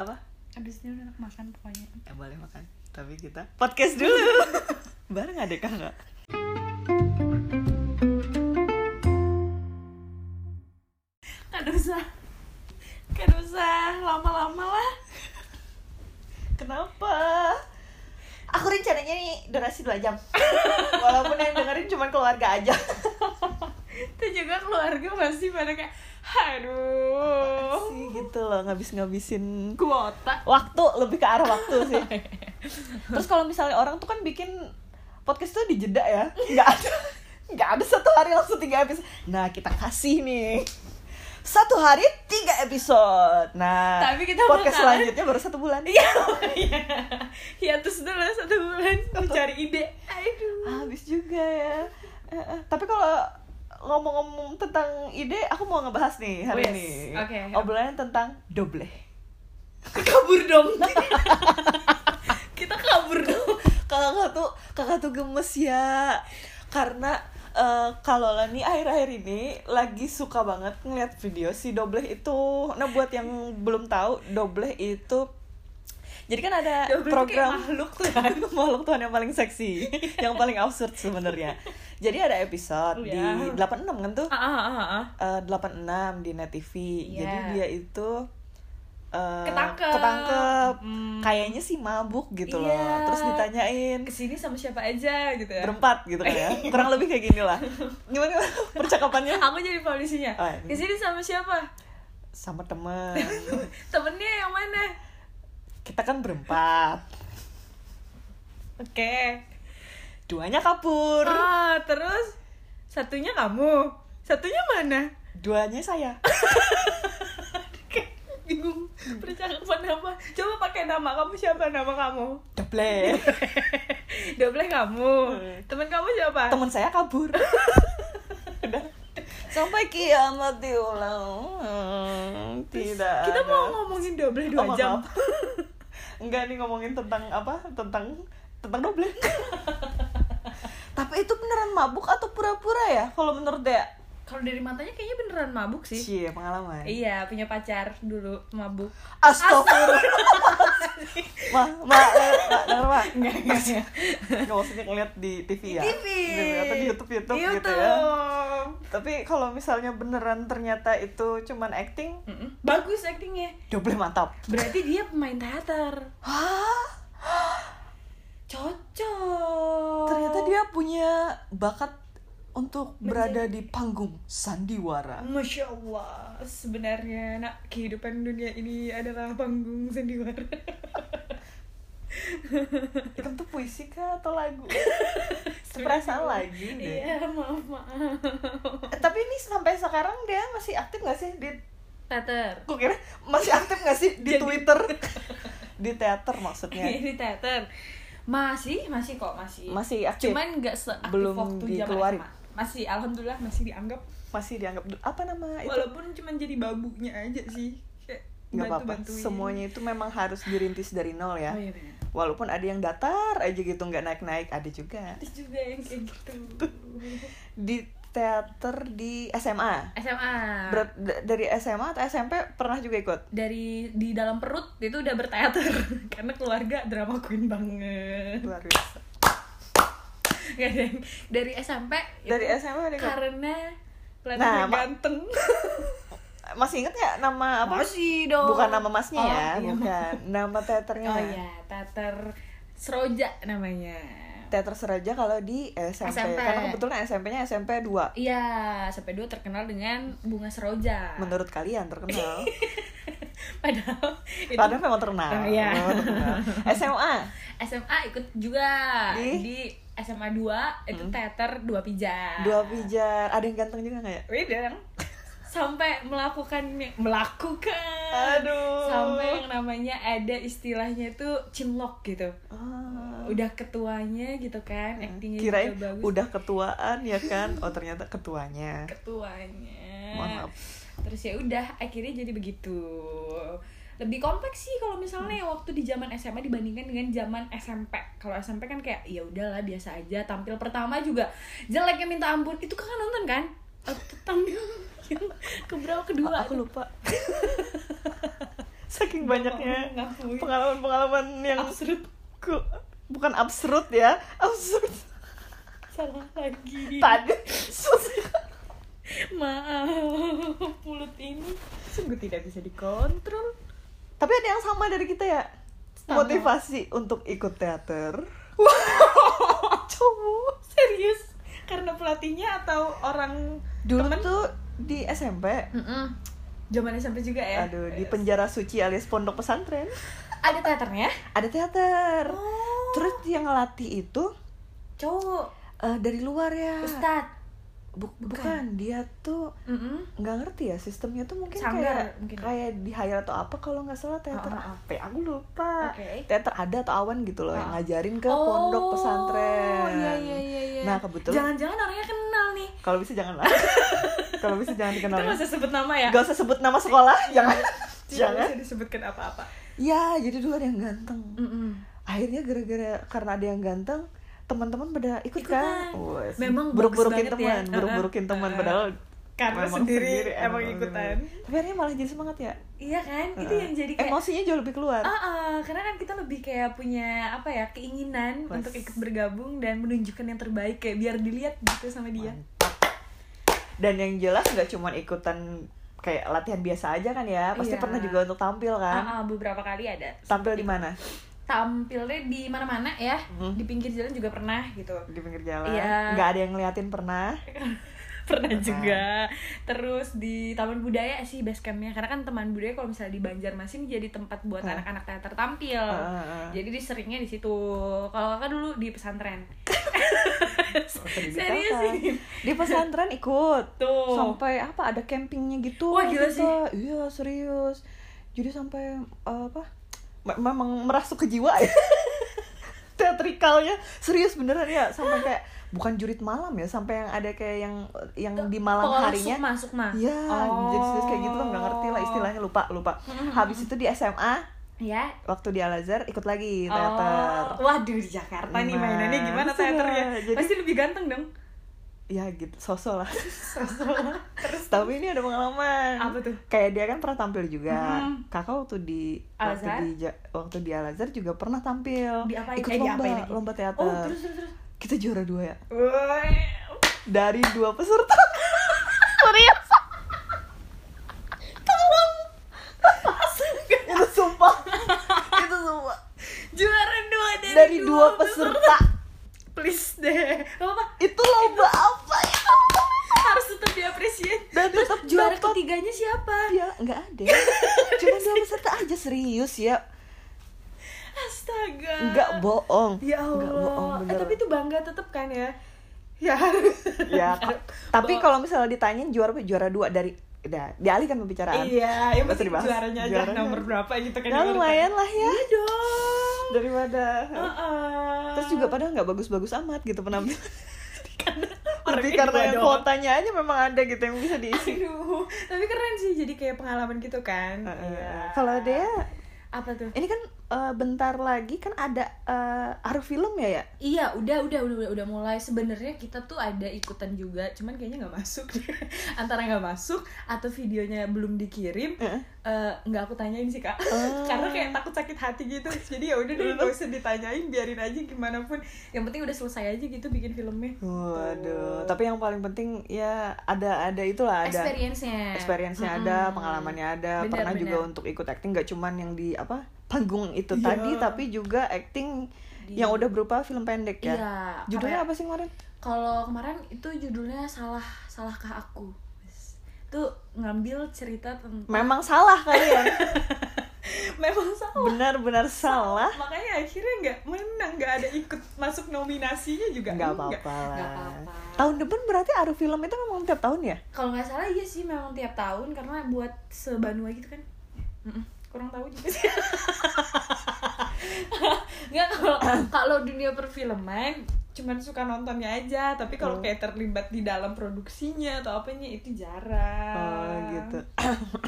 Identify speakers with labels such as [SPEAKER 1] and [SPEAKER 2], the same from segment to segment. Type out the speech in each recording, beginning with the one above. [SPEAKER 1] apa
[SPEAKER 2] Abis ini udah enak makan pokoknya
[SPEAKER 1] ya boleh makan tapi kita podcast dulu bareng ada kakak
[SPEAKER 2] Kan usah Kan usah lama-lama lah
[SPEAKER 1] kenapa aku rencananya nih durasi dua jam walaupun yang dengerin cuma keluarga aja
[SPEAKER 2] Itu juga keluarga pasti pada kayak Aduh
[SPEAKER 1] sih gitu loh ngabis ngabisin
[SPEAKER 2] Kuota
[SPEAKER 1] waktu lebih ke arah waktu sih terus kalau misalnya orang tuh kan bikin podcast tuh di jeda ya nggak ada nggak ada satu hari langsung tiga episode nah kita kasih nih satu hari tiga episode nah
[SPEAKER 2] Tapi kita
[SPEAKER 1] podcast
[SPEAKER 2] bakalan-
[SPEAKER 1] selanjutnya baru satu bulan
[SPEAKER 2] Iya iya. Hiatus dulu satu bulan Mencari ide Aduh
[SPEAKER 1] habis juga ya Eh, eh, tapi kalau ngomong-ngomong tentang ide aku mau ngebahas nih hari
[SPEAKER 2] Wes,
[SPEAKER 1] ini
[SPEAKER 2] Oh, oke.
[SPEAKER 1] obrolannya tentang doble
[SPEAKER 2] Kabur dong Kita kabur dong
[SPEAKER 1] kakak tuh kakak tuh gemes ya karena eh, kalau lah nih akhir-akhir ini lagi suka banget ngeliat video si dobleh itu nah buat yang belum tahu dobleh itu jadi kan ada
[SPEAKER 2] Dobleh tuh
[SPEAKER 1] program
[SPEAKER 2] kayak makhluk
[SPEAKER 1] Tuhan makhluk Tuhan yang paling seksi yang paling absurd sebenarnya jadi ada episode di 86
[SPEAKER 2] Iya.
[SPEAKER 1] kan tuh
[SPEAKER 2] Ah, ah, ah, ah.
[SPEAKER 1] eh, 86 di Net TV.
[SPEAKER 2] Iya.
[SPEAKER 1] Jadi dia itu eh,
[SPEAKER 2] Ketangkep.
[SPEAKER 1] ketangkep.
[SPEAKER 2] Mm.
[SPEAKER 1] Kayaknya sih mabuk gitu loh.
[SPEAKER 2] Iya.
[SPEAKER 1] Terus ditanyain
[SPEAKER 2] Kesini sama siapa aja gitu ya
[SPEAKER 1] berempat gitu kan ya. Kurang lebih kayak gini lah. Gimana percakapannya?
[SPEAKER 2] Aku jadi polisinya
[SPEAKER 1] Oh, iya.
[SPEAKER 2] Kesini sama siapa
[SPEAKER 1] Sama temen.
[SPEAKER 2] Temennya yang mana
[SPEAKER 1] Kita kan berempat.
[SPEAKER 2] Oke
[SPEAKER 1] Duanya kabur.
[SPEAKER 2] Ah, terus satunya kamu, satunya mana?
[SPEAKER 1] Duanya saya.
[SPEAKER 2] Kayak bingung percakapan apa? Coba pakai nama kamu siapa nama kamu?
[SPEAKER 1] Doble.
[SPEAKER 2] Double kamu.
[SPEAKER 1] Hmm.
[SPEAKER 2] Teman kamu siapa?
[SPEAKER 1] Temen saya kabur. Udah. Sampai kiamat diulang.
[SPEAKER 2] Terus
[SPEAKER 1] Hmm, Tidak.
[SPEAKER 2] Kita
[SPEAKER 1] ada.
[SPEAKER 2] mau ngomongin double dua
[SPEAKER 1] Oh, maaf.
[SPEAKER 2] jam.
[SPEAKER 1] Enggak nih ngomongin tentang apa? Tentang tentang doble. Tapi itu beneran mabuk atau pura-pura ya? Kalau menurut Dea?
[SPEAKER 2] Kalau dari matanya kayaknya beneran mabuk sih.
[SPEAKER 1] Cie, pengalaman.
[SPEAKER 2] Iya, punya pacar dulu mabuk.
[SPEAKER 1] Astagfirullah. ma, ma, eh, ma, denger ma.
[SPEAKER 2] Enggak, enggak, enggak.
[SPEAKER 1] Nggak maksudnya ngeliat di TV ya?
[SPEAKER 2] TV.
[SPEAKER 1] Atau di Youtube, Youtube, gitu ya. Tapi kalau misalnya beneran ternyata itu cuman acting,
[SPEAKER 2] Mm-mm. Bagus actingnya.
[SPEAKER 1] doble mantap.
[SPEAKER 2] Berarti dia pemain teater.
[SPEAKER 1] Hah?
[SPEAKER 2] Cocok.
[SPEAKER 1] Ternyata dia punya bakat untuk
[SPEAKER 2] Menjadi-
[SPEAKER 1] berada di panggung sandiwara.
[SPEAKER 2] Masya Allah, sebenarnya nak kehidupan dunia ini adalah panggung sandiwara.
[SPEAKER 1] Itu Hmm, tuh puisi kah atau lagu? Perasaan lagi deh.
[SPEAKER 2] Iya, maaf maaf.
[SPEAKER 1] Eh, Tapi ini sampai sekarang dia masih aktif gak sih di
[SPEAKER 2] Teater.
[SPEAKER 1] Gue kira masih aktif gak sih di
[SPEAKER 2] Jadi-
[SPEAKER 1] Twitter? Iya. di teater maksudnya.
[SPEAKER 2] Ini teater. Masih, masih kok masih.
[SPEAKER 1] Masih aktif.
[SPEAKER 2] Cuman nggak seaktif
[SPEAKER 1] Belum
[SPEAKER 2] waktu zaman
[SPEAKER 1] dikeluarin.
[SPEAKER 2] SMA. Masih, alhamdulillah masih dianggap.
[SPEAKER 1] masih dianggap apa
[SPEAKER 2] Nah,
[SPEAKER 1] nama itu?
[SPEAKER 2] Walaupun cuman jadi babunya aja sih. Kayak
[SPEAKER 1] Gak apa-apa.
[SPEAKER 2] bantu-bantuin.
[SPEAKER 1] Semuanya itu memang harus dirintis dari nol ya.
[SPEAKER 2] Oh iya benar.
[SPEAKER 1] Walaupun ada yang datar aja gitu nggak naik-naik ada juga.
[SPEAKER 2] Terus juga yang kayak gitu.
[SPEAKER 1] Di teater di SMA.
[SPEAKER 2] SMA.
[SPEAKER 1] Ber- d- dari SMA atau SMP pernah juga ikut?
[SPEAKER 2] dari di dalam perut itu udah berteater karena keluarga drama queen banget
[SPEAKER 1] Luar biasa.
[SPEAKER 2] Gak ada yang- dari SMP itu
[SPEAKER 1] Dari SMA udah ikut.
[SPEAKER 2] karena
[SPEAKER 1] Nah,
[SPEAKER 2] kelihatannya
[SPEAKER 1] ma-
[SPEAKER 2] ganteng
[SPEAKER 1] Masih inget nggak nama apa?
[SPEAKER 2] masih
[SPEAKER 1] Bukan nama masnya
[SPEAKER 2] Oh,
[SPEAKER 1] ya,
[SPEAKER 2] iya,
[SPEAKER 1] bukan. Nama teaternya.
[SPEAKER 2] oh iya teater Seroja namanya
[SPEAKER 1] Teater Seraja kalau di SMP.
[SPEAKER 2] SMP.
[SPEAKER 1] Karena kebetulan SMP-nya SMP 2.
[SPEAKER 2] iya sampai dua terkenal dengan bunga Seroja
[SPEAKER 1] Menurut kalian terkenal.
[SPEAKER 2] padahal itu
[SPEAKER 1] Padahal memang terkenal.
[SPEAKER 2] Oh, iya.
[SPEAKER 1] Memang terkenal. SMA.
[SPEAKER 2] SMA ikut juga
[SPEAKER 1] Di?
[SPEAKER 2] di, SMA 2 itu teater dua pijat
[SPEAKER 1] Hmm. Dua pijar. Ada yang ganteng juga nggak ya?
[SPEAKER 2] Wedang sampai melakukan melakukan
[SPEAKER 1] Aduh.
[SPEAKER 2] sampai yang namanya ada istilahnya tuh cinlok gitu
[SPEAKER 1] Ah.
[SPEAKER 2] udah ketuanya gitu kan actingnya
[SPEAKER 1] Hmm, Kirain
[SPEAKER 2] juga bagus
[SPEAKER 1] udah ketuaan ya kan? Oh ternyata ketuanya.
[SPEAKER 2] ketuanya
[SPEAKER 1] Mohon maaf.
[SPEAKER 2] terus ya udah akhirnya jadi begitu lebih kompleks sih kalau misalnya
[SPEAKER 1] Hmm.
[SPEAKER 2] waktu di zaman SMA dibandingkan dengan zaman SMP kalau SMP kan kayak ya udahlah biasa aja tampil pertama juga jeleknya minta ampun itu kakak nonton kan Atau tampil yang keberapa kedua
[SPEAKER 1] aku lupa. saking banyaknya
[SPEAKER 2] Nggak mau ngakui.
[SPEAKER 1] pengalaman-pengalaman yang
[SPEAKER 2] Absurd.
[SPEAKER 1] ku- bukan absurd ya absurd
[SPEAKER 2] Salah lagi.
[SPEAKER 1] tadi susah.
[SPEAKER 2] Maaf, mulut ini sungguh tidak bisa dikontrol.
[SPEAKER 1] tapi ada yang sama dari kita ya
[SPEAKER 2] Sama.
[SPEAKER 1] motivasi untuk ikut teater coba
[SPEAKER 2] Serius? Karena pelatihnya atau orang
[SPEAKER 1] dulu
[SPEAKER 2] temen?
[SPEAKER 1] tuh di SMP
[SPEAKER 2] Mm-mm. Zaman SMP juga ya.
[SPEAKER 1] Aduh, di penjara suci alias pondok pesantren
[SPEAKER 2] Ada teaternya?
[SPEAKER 1] ada teater.
[SPEAKER 2] Oh.
[SPEAKER 1] Terus yang ngelatih itu
[SPEAKER 2] Cowok,
[SPEAKER 1] eh, dari luar ya.
[SPEAKER 2] ustad.
[SPEAKER 1] Bu- bukan, dia tuh
[SPEAKER 2] Mm-mm.
[SPEAKER 1] nggak ngerti ya sistemnya tuh mungkin
[SPEAKER 2] Sanggar
[SPEAKER 1] kayak
[SPEAKER 2] mungkin. ya?
[SPEAKER 1] kayak di hire atau apa kalau nggak salah teater
[SPEAKER 2] Oh, oh, oh.
[SPEAKER 1] apa ya? aku lupa
[SPEAKER 2] Oke.
[SPEAKER 1] teater ada atau awan gitu loh yang
[SPEAKER 2] Oh.
[SPEAKER 1] ngajarin ke
[SPEAKER 2] Oh,
[SPEAKER 1] pondok pesantren
[SPEAKER 2] iya, iya, iya, iya.
[SPEAKER 1] nah kebetulan
[SPEAKER 2] Jangan-jangan orangnya kenal nih.
[SPEAKER 1] kalau bisa janganlah kalau bisa jangan
[SPEAKER 2] Kita
[SPEAKER 1] dikenal
[SPEAKER 2] nggak usah sebut nama ya.
[SPEAKER 1] gak usah sebut nama sekolah
[SPEAKER 2] Iya,
[SPEAKER 1] jangan
[SPEAKER 2] Tidak
[SPEAKER 1] jangan
[SPEAKER 2] usah disebutkan apa-apa.
[SPEAKER 1] ya jadi dulu ada yang ganteng
[SPEAKER 2] Mm-mm.
[SPEAKER 1] akhirnya gara-gara karena ada yang ganteng teman-teman pada ikut kan
[SPEAKER 2] Ikutan.
[SPEAKER 1] Wes,
[SPEAKER 2] Memang
[SPEAKER 1] buruk-burukin
[SPEAKER 2] bagus
[SPEAKER 1] teman
[SPEAKER 2] banget ya.
[SPEAKER 1] buruk-burukin
[SPEAKER 2] Uh-uh.
[SPEAKER 1] teman padahal
[SPEAKER 2] Karena
[SPEAKER 1] memang
[SPEAKER 2] sendiri, emang
[SPEAKER 1] emang
[SPEAKER 2] ikutan.
[SPEAKER 1] sendiri. tapi akhirnya malah jadi semangat ya
[SPEAKER 2] Iya kan? Itu
[SPEAKER 1] Uh-uh.
[SPEAKER 2] yang jadi kayak
[SPEAKER 1] emosinya jauh lebih keluar
[SPEAKER 2] Ah, ah, karena kan kita lebih kayak punya apa ya keinginan
[SPEAKER 1] Pas.
[SPEAKER 2] untuk ikut bergabung dan menunjukkan yang terbaik kayak biar dilihat gitu sama dia.
[SPEAKER 1] Mantap. Iya. dan yang jelas nggak cuma ikutan kayak latihan biasa aja kan ya pasti
[SPEAKER 2] Iya.
[SPEAKER 1] pernah juga untuk tampil kan
[SPEAKER 2] Ah, ah, beberapa kali ada
[SPEAKER 1] tampil di mana
[SPEAKER 2] tampilnya di mana-mana ya,
[SPEAKER 1] Mhm.
[SPEAKER 2] di pinggir jalan juga pernah gitu.
[SPEAKER 1] di pinggir jalan
[SPEAKER 2] Iya.
[SPEAKER 1] nggak ada yang ngeliatin pernah
[SPEAKER 2] pernah
[SPEAKER 1] Mm-hmm.
[SPEAKER 2] juga. Terus di Taman Budaya sih base campnya karena kan Taman Budaya kalau misalnya di Banjarmasin jadi tempat buat
[SPEAKER 1] Ah.
[SPEAKER 2] anak-anak teater tampil.
[SPEAKER 1] Ah, ah, ah.
[SPEAKER 2] Jadi diseringnya di situ. Kalau kakak dulu di pesantren.
[SPEAKER 1] Serius
[SPEAKER 2] Serius sih?
[SPEAKER 1] Di pesantren ikut.
[SPEAKER 2] Tuh.
[SPEAKER 1] Sampai apa ada campingnya gitu.
[SPEAKER 2] Wah,
[SPEAKER 1] kita.
[SPEAKER 2] gila sih.
[SPEAKER 1] Iya, serius. Jadi sampai eh, apa? me- Memang merasuk ke jiwa ya. Teatrikalnya serius beneran ya sampai kayak bukan jurit malam ya sampai yang ada kayak yang yang di malam
[SPEAKER 2] Pokoknya
[SPEAKER 1] harinya
[SPEAKER 2] masuk mah. Oh.
[SPEAKER 1] Iya, jadi serius kayak gitu loh, nggak ngerti lah istilahnya lupa lupa. Habis itu di SMA
[SPEAKER 2] Ya.
[SPEAKER 1] waktu di Al Azhar ikut lagi
[SPEAKER 2] Oh,
[SPEAKER 1] teater.
[SPEAKER 2] waduh di Jakarta nih
[SPEAKER 1] Nah,
[SPEAKER 2] mainannya gimana
[SPEAKER 1] sudah.
[SPEAKER 2] teaternya?
[SPEAKER 1] Jadi-
[SPEAKER 2] Pasti lebih ganteng dong.
[SPEAKER 1] Ya gitu, sosok lah.
[SPEAKER 2] Terus
[SPEAKER 1] Tapi ini ada pengalaman.
[SPEAKER 2] Apa tuh?
[SPEAKER 1] Kayak dia kan pernah tampil juga.
[SPEAKER 2] Hmm.
[SPEAKER 1] Kakak waktu di waktu
[SPEAKER 2] Al-Azhar?
[SPEAKER 1] di Ja- waktu di Al Azhar juga pernah tampil.
[SPEAKER 2] di apa
[SPEAKER 1] Ikut
[SPEAKER 2] eh, di
[SPEAKER 1] lomba,
[SPEAKER 2] apain lagi?
[SPEAKER 1] lomba teater.
[SPEAKER 2] Oh, terus terus terus.
[SPEAKER 1] Kita juara dua ya.
[SPEAKER 2] Woi.
[SPEAKER 1] Dari dua peserta. Serius? Tolong. Itu sumpah. Itu sumpah.
[SPEAKER 2] Juara dua dari,
[SPEAKER 1] Dari dua peserta.
[SPEAKER 2] Please deh. Gak apa-apa.
[SPEAKER 1] Itu lomba apa ya?
[SPEAKER 2] Harus tetap diapresiasi.
[SPEAKER 1] Dan tetap juara
[SPEAKER 2] Juara ketiganya siapa?
[SPEAKER 1] Ya, nggak ada. Cuma dua peserta aja serius ya.
[SPEAKER 2] Astaga.
[SPEAKER 1] Nggak bohong.
[SPEAKER 2] Ya Allah.
[SPEAKER 1] Nggak bohong
[SPEAKER 2] eh,
[SPEAKER 1] bener.
[SPEAKER 2] tapi itu bangga tetap kan ya? Ya harus.
[SPEAKER 1] ya ka- tapi kalau misalnya ditanyain juara berapa? juara dua dari udah dialihkan pembicaraan
[SPEAKER 2] Iya,
[SPEAKER 1] Nggak
[SPEAKER 2] yang
[SPEAKER 1] usah
[SPEAKER 2] penting
[SPEAKER 1] dibahas.
[SPEAKER 2] juaranya aja
[SPEAKER 1] Juaranya.
[SPEAKER 2] nomor berapa gitu kan.
[SPEAKER 1] ya
[SPEAKER 2] yang
[SPEAKER 1] lumayan lah ya
[SPEAKER 2] Iya dong.
[SPEAKER 1] daripada
[SPEAKER 2] Heeh.
[SPEAKER 1] terus juga padahal nggak bagus-bagus amat gitu penampilan
[SPEAKER 2] karena
[SPEAKER 1] tapi
[SPEAKER 2] orangnya
[SPEAKER 1] karena
[SPEAKER 2] dua
[SPEAKER 1] yang
[SPEAKER 2] doang.
[SPEAKER 1] kuotanya aja memang ada gitu yang bisa diisi
[SPEAKER 2] Aduh, tapi keren sih jadi kayak pengalaman gitu kan.
[SPEAKER 1] Heeh.
[SPEAKER 2] Iya.
[SPEAKER 1] kalau dia
[SPEAKER 2] apa tuh?
[SPEAKER 1] ini kan eh, bentar lagi kan ada eh, aruh film ya ya
[SPEAKER 2] Iya, udah, udah, udah, udah mulai. Sebenarnya kita tuh ada ikutan juga, cuman kayaknya nggak masuk. Antara nggak masuk atau videonya belum dikirim,
[SPEAKER 1] Heeh.
[SPEAKER 2] eh, nggak aku tanyain sih kak.
[SPEAKER 1] Oh.
[SPEAKER 2] Karena kayak takut sakit hati gitu. Jadi ya udah deh, nggak usah ditanyain, biarin aja gimana pun. Yang penting udah selesai aja gitu bikin filmnya.
[SPEAKER 1] waduh
[SPEAKER 2] Tuh.
[SPEAKER 1] tapi yang paling penting ya ada ada itulah ada
[SPEAKER 2] experience-nya
[SPEAKER 1] experience-nya ada, pengalamannya ada,
[SPEAKER 2] Benar,
[SPEAKER 1] pernah juga
[SPEAKER 2] benar.
[SPEAKER 1] untuk ikut acting gak cuman yang di apa panggung itu
[SPEAKER 2] Iya.
[SPEAKER 1] tadi, tapi juga acting
[SPEAKER 2] Di-
[SPEAKER 1] yang udah berupa film pendek ya.
[SPEAKER 2] Iya,
[SPEAKER 1] Judulnya
[SPEAKER 2] kayak-
[SPEAKER 1] apa sih kemarin?
[SPEAKER 2] Kalau kemarin itu judulnya salah salahkah aku? Itu ngambil cerita tentang
[SPEAKER 1] Memang salah kali ya,
[SPEAKER 2] memang salah.
[SPEAKER 1] benar-benar salah.
[SPEAKER 2] Makanya akhirnya nggak menang, nggak ada ikut masuk nominasinya juga.
[SPEAKER 1] Gak
[SPEAKER 2] enggak.
[SPEAKER 1] apa-apa lah.
[SPEAKER 2] Nggak apa-apa.
[SPEAKER 1] Tahun depan berarti Aru film itu memang tiap tahun ya?
[SPEAKER 2] Kalau nggak salah iya sih memang tiap tahun karena buat sebanua gitu kan. Mm-mm, kurang tahu juga sih. Nggak kalau kalau dunia perfilman cuman suka nontonnya aja, tapi
[SPEAKER 1] Oh.
[SPEAKER 2] kalau kayak terlibat di dalam produksinya atau apanya itu jarang.
[SPEAKER 1] Oh gitu.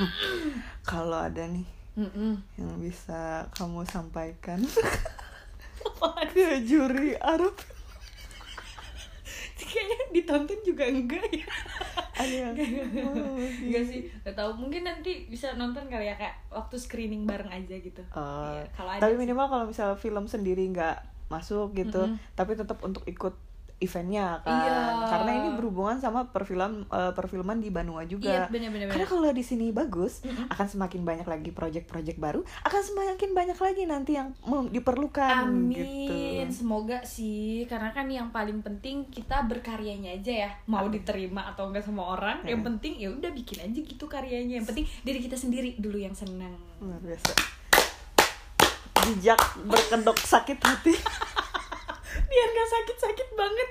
[SPEAKER 1] Kalau ada nih
[SPEAKER 2] Mm-mm.
[SPEAKER 1] yang bisa kamu sampaikan ke juri Aru
[SPEAKER 2] kayaknya ditonton juga enggak ya
[SPEAKER 1] Ayo. Oh.
[SPEAKER 2] Enggak sih, gak tahu. Mungkin nanti bisa nonton kali ya kayak waktu screening bareng aja gitu.
[SPEAKER 1] Eh,
[SPEAKER 2] Iya, kalau ada
[SPEAKER 1] tapi
[SPEAKER 2] sih.
[SPEAKER 1] minimal kalau misalnya film sendiri nggak masuk gitu
[SPEAKER 2] Mm-mm.
[SPEAKER 1] tapi tetap untuk ikut eventnya kan
[SPEAKER 2] Iya.
[SPEAKER 1] karena ini berhubungan sama perfilman eh, perfilman di Banua juga
[SPEAKER 2] Iya, bener-bener.
[SPEAKER 1] karena kalau di sini bagus
[SPEAKER 2] Mm-mm.
[SPEAKER 1] akan semakin banyak lagi proyek-proyek baru akan semakin banyak lagi nanti yang mem- diperlukan gitu
[SPEAKER 2] Amin, semoga sih karena kan yang paling penting kita berkaryanya aja ya mau diterima atau enggak sama orang yang
[SPEAKER 1] Iya.
[SPEAKER 2] penting ya udah bikin aja gitu karyanya yang penting diri kita sendiri dulu yang senang
[SPEAKER 1] luar biasa bijak berkedok sakit hati
[SPEAKER 2] biar nggak sakit sakit banget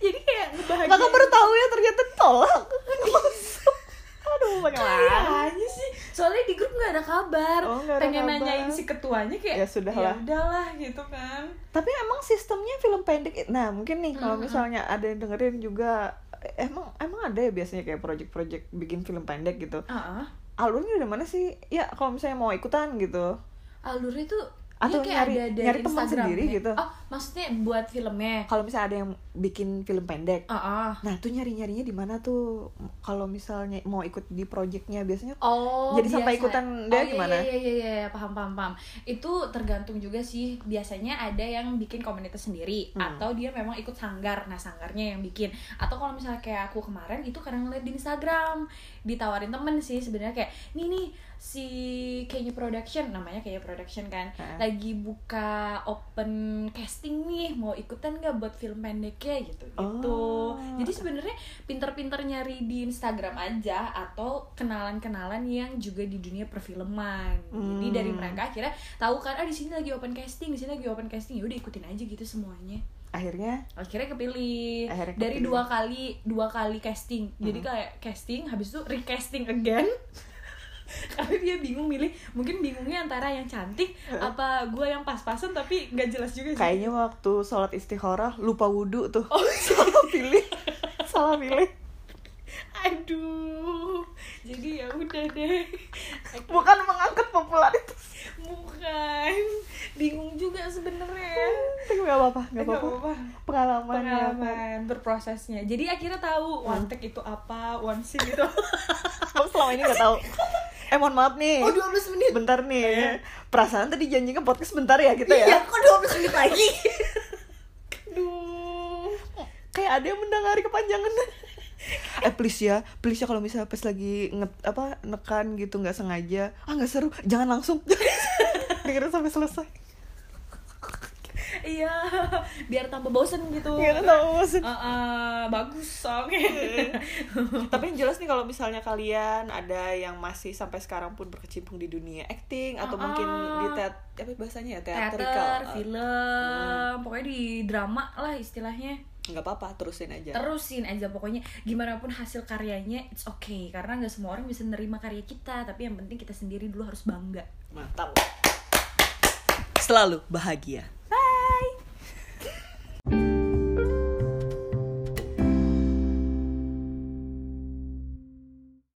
[SPEAKER 2] jadi kayak ngebahagiain
[SPEAKER 1] kakak baru tahu ya ternyata tolak Masuk. aduh bagaimana
[SPEAKER 2] Kayaknya sih soalnya di grup nggak ada kabar
[SPEAKER 1] Oh, nggak ada
[SPEAKER 2] pengen
[SPEAKER 1] kabar.
[SPEAKER 2] nanyain si ketuanya kayak
[SPEAKER 1] Ya sudah
[SPEAKER 2] "Ya
[SPEAKER 1] lah."
[SPEAKER 2] udahlah gitu kan
[SPEAKER 1] Tapi emang sistemnya film pendek. Nah, mungkin nih kalau
[SPEAKER 2] Mm-mm.
[SPEAKER 1] misalnya ada yang dengerin juga emang emang ada ya biasanya kayak project-project bikin film pendek gitu.
[SPEAKER 2] ah
[SPEAKER 1] Alurnya dari mana sih? Ya, kalau misalnya mau ikutan gitu.
[SPEAKER 2] alurnya tuh
[SPEAKER 1] Atau
[SPEAKER 2] dia kayak
[SPEAKER 1] nyari-
[SPEAKER 2] ada dari
[SPEAKER 1] nyari teman
[SPEAKER 2] Instagram
[SPEAKER 1] sendiri
[SPEAKER 2] ya.
[SPEAKER 1] gitu.
[SPEAKER 2] oh maksudnya buat filmnya
[SPEAKER 1] Kalau misalnya ada yang bikin film pendek.
[SPEAKER 2] ah ah.
[SPEAKER 1] Nah, tuh nyari-nyarinya di mana tuh? Kalau misalnya mau ikut di projectnya biasanya
[SPEAKER 2] Oh,
[SPEAKER 1] Jadi sampai ikutan dia
[SPEAKER 2] Oh, iya,
[SPEAKER 1] gimana?
[SPEAKER 2] Iya, iya, iya, iya, paham, paham, paham. Itu tergantung juga sih. Biasanya ada yang bikin komunitas sendiri
[SPEAKER 1] Hmm.
[SPEAKER 2] atau dia memang ikut sanggar. Nah, sanggarnya yang bikin. Atau kalau misalnya kayak aku kemarin itu karena ngeliat di Instagram ditawarin temen sih sebenarnya kayak nih nih si kayaknya production namanya kayak production kan
[SPEAKER 1] Heeh.
[SPEAKER 2] lagi buka open casting nih mau ikutan nggak buat film pendeknya gitu gitu
[SPEAKER 1] Oh.
[SPEAKER 2] jadi sebenarnya pinter-pinter nyari di Instagram aja atau kenalan-kenalan yang juga di dunia perfilman. Jadi
[SPEAKER 1] Hmm.
[SPEAKER 2] dari mereka akhirnya tahu kan ah di sini lagi open casting, di sini lagi open casting, ya udah ikutin aja gitu semuanya.
[SPEAKER 1] akhirnya
[SPEAKER 2] Akhirnya kepilih.
[SPEAKER 1] Akhirnya
[SPEAKER 2] dari
[SPEAKER 1] kepilih.
[SPEAKER 2] dua kali dua kali casting. Jadi
[SPEAKER 1] Mhm.
[SPEAKER 2] kayak casting habis itu recasting again. Karena dia bingung milih, mungkin bingungnya antara yang cantik apa gua yang pas-pasan tapi nggak jelas juga sih.
[SPEAKER 1] kayaknya waktu sholat istihara lupa wudhu tuh.
[SPEAKER 2] Oh,
[SPEAKER 1] salah pilih. salah pilih.
[SPEAKER 2] Aduh. Jadi ya udah deh.
[SPEAKER 1] Bukan mengangkat popularitas.
[SPEAKER 2] Bukan. Bingung juga sebenarnya.
[SPEAKER 1] Tapi nggak apa-apa, nggak
[SPEAKER 2] Nggak
[SPEAKER 1] apa-apa. ya,
[SPEAKER 2] apa-apa.
[SPEAKER 1] Pengalaman, pengalaman.
[SPEAKER 2] Pengalaman berprosesnya. Jadi akhirnya tahu
[SPEAKER 1] Hmm.
[SPEAKER 2] one take itu apa, one scene itu.
[SPEAKER 1] Kamu selama ini nggak tahu. Eh mohon maaf nih.
[SPEAKER 2] 12 menit.
[SPEAKER 1] Bentar nih. Perasaan tadi janjinya podcast bentar ya kita ya.
[SPEAKER 2] Iya, kok 12 menit lagi?
[SPEAKER 1] Aduh. Kayak ada yang mendengari kepanjangan. eh please ya, please ya kalau misalnya pas lagi nge apa nekan gitu nggak sengaja, ah nggak seru, jangan langsung. Dengerin sampai selesai.
[SPEAKER 2] iya, biar tambah bosen gitu.
[SPEAKER 1] Nggak tahu maksud.
[SPEAKER 2] Eh, eh, bagus soalnya. Hmm.
[SPEAKER 1] Tapi yang jelas nih kalau misalnya kalian ada yang masih sampai sekarang pun berkecimpung di dunia acting atau
[SPEAKER 2] Ah.
[SPEAKER 1] mungkin di teat apa bahasanya ya Ah. teatrikal.
[SPEAKER 2] Teater, film, pokoknya di drama lah istilahnya.
[SPEAKER 1] nggak apa-apa terusin aja
[SPEAKER 2] terusin aja pokoknya gimana pun hasil karyanya it's okay karena nggak semua orang bisa nerima karya kita tapi yang penting kita sendiri dulu harus bangga
[SPEAKER 1] mantap selalu bahagia
[SPEAKER 2] bye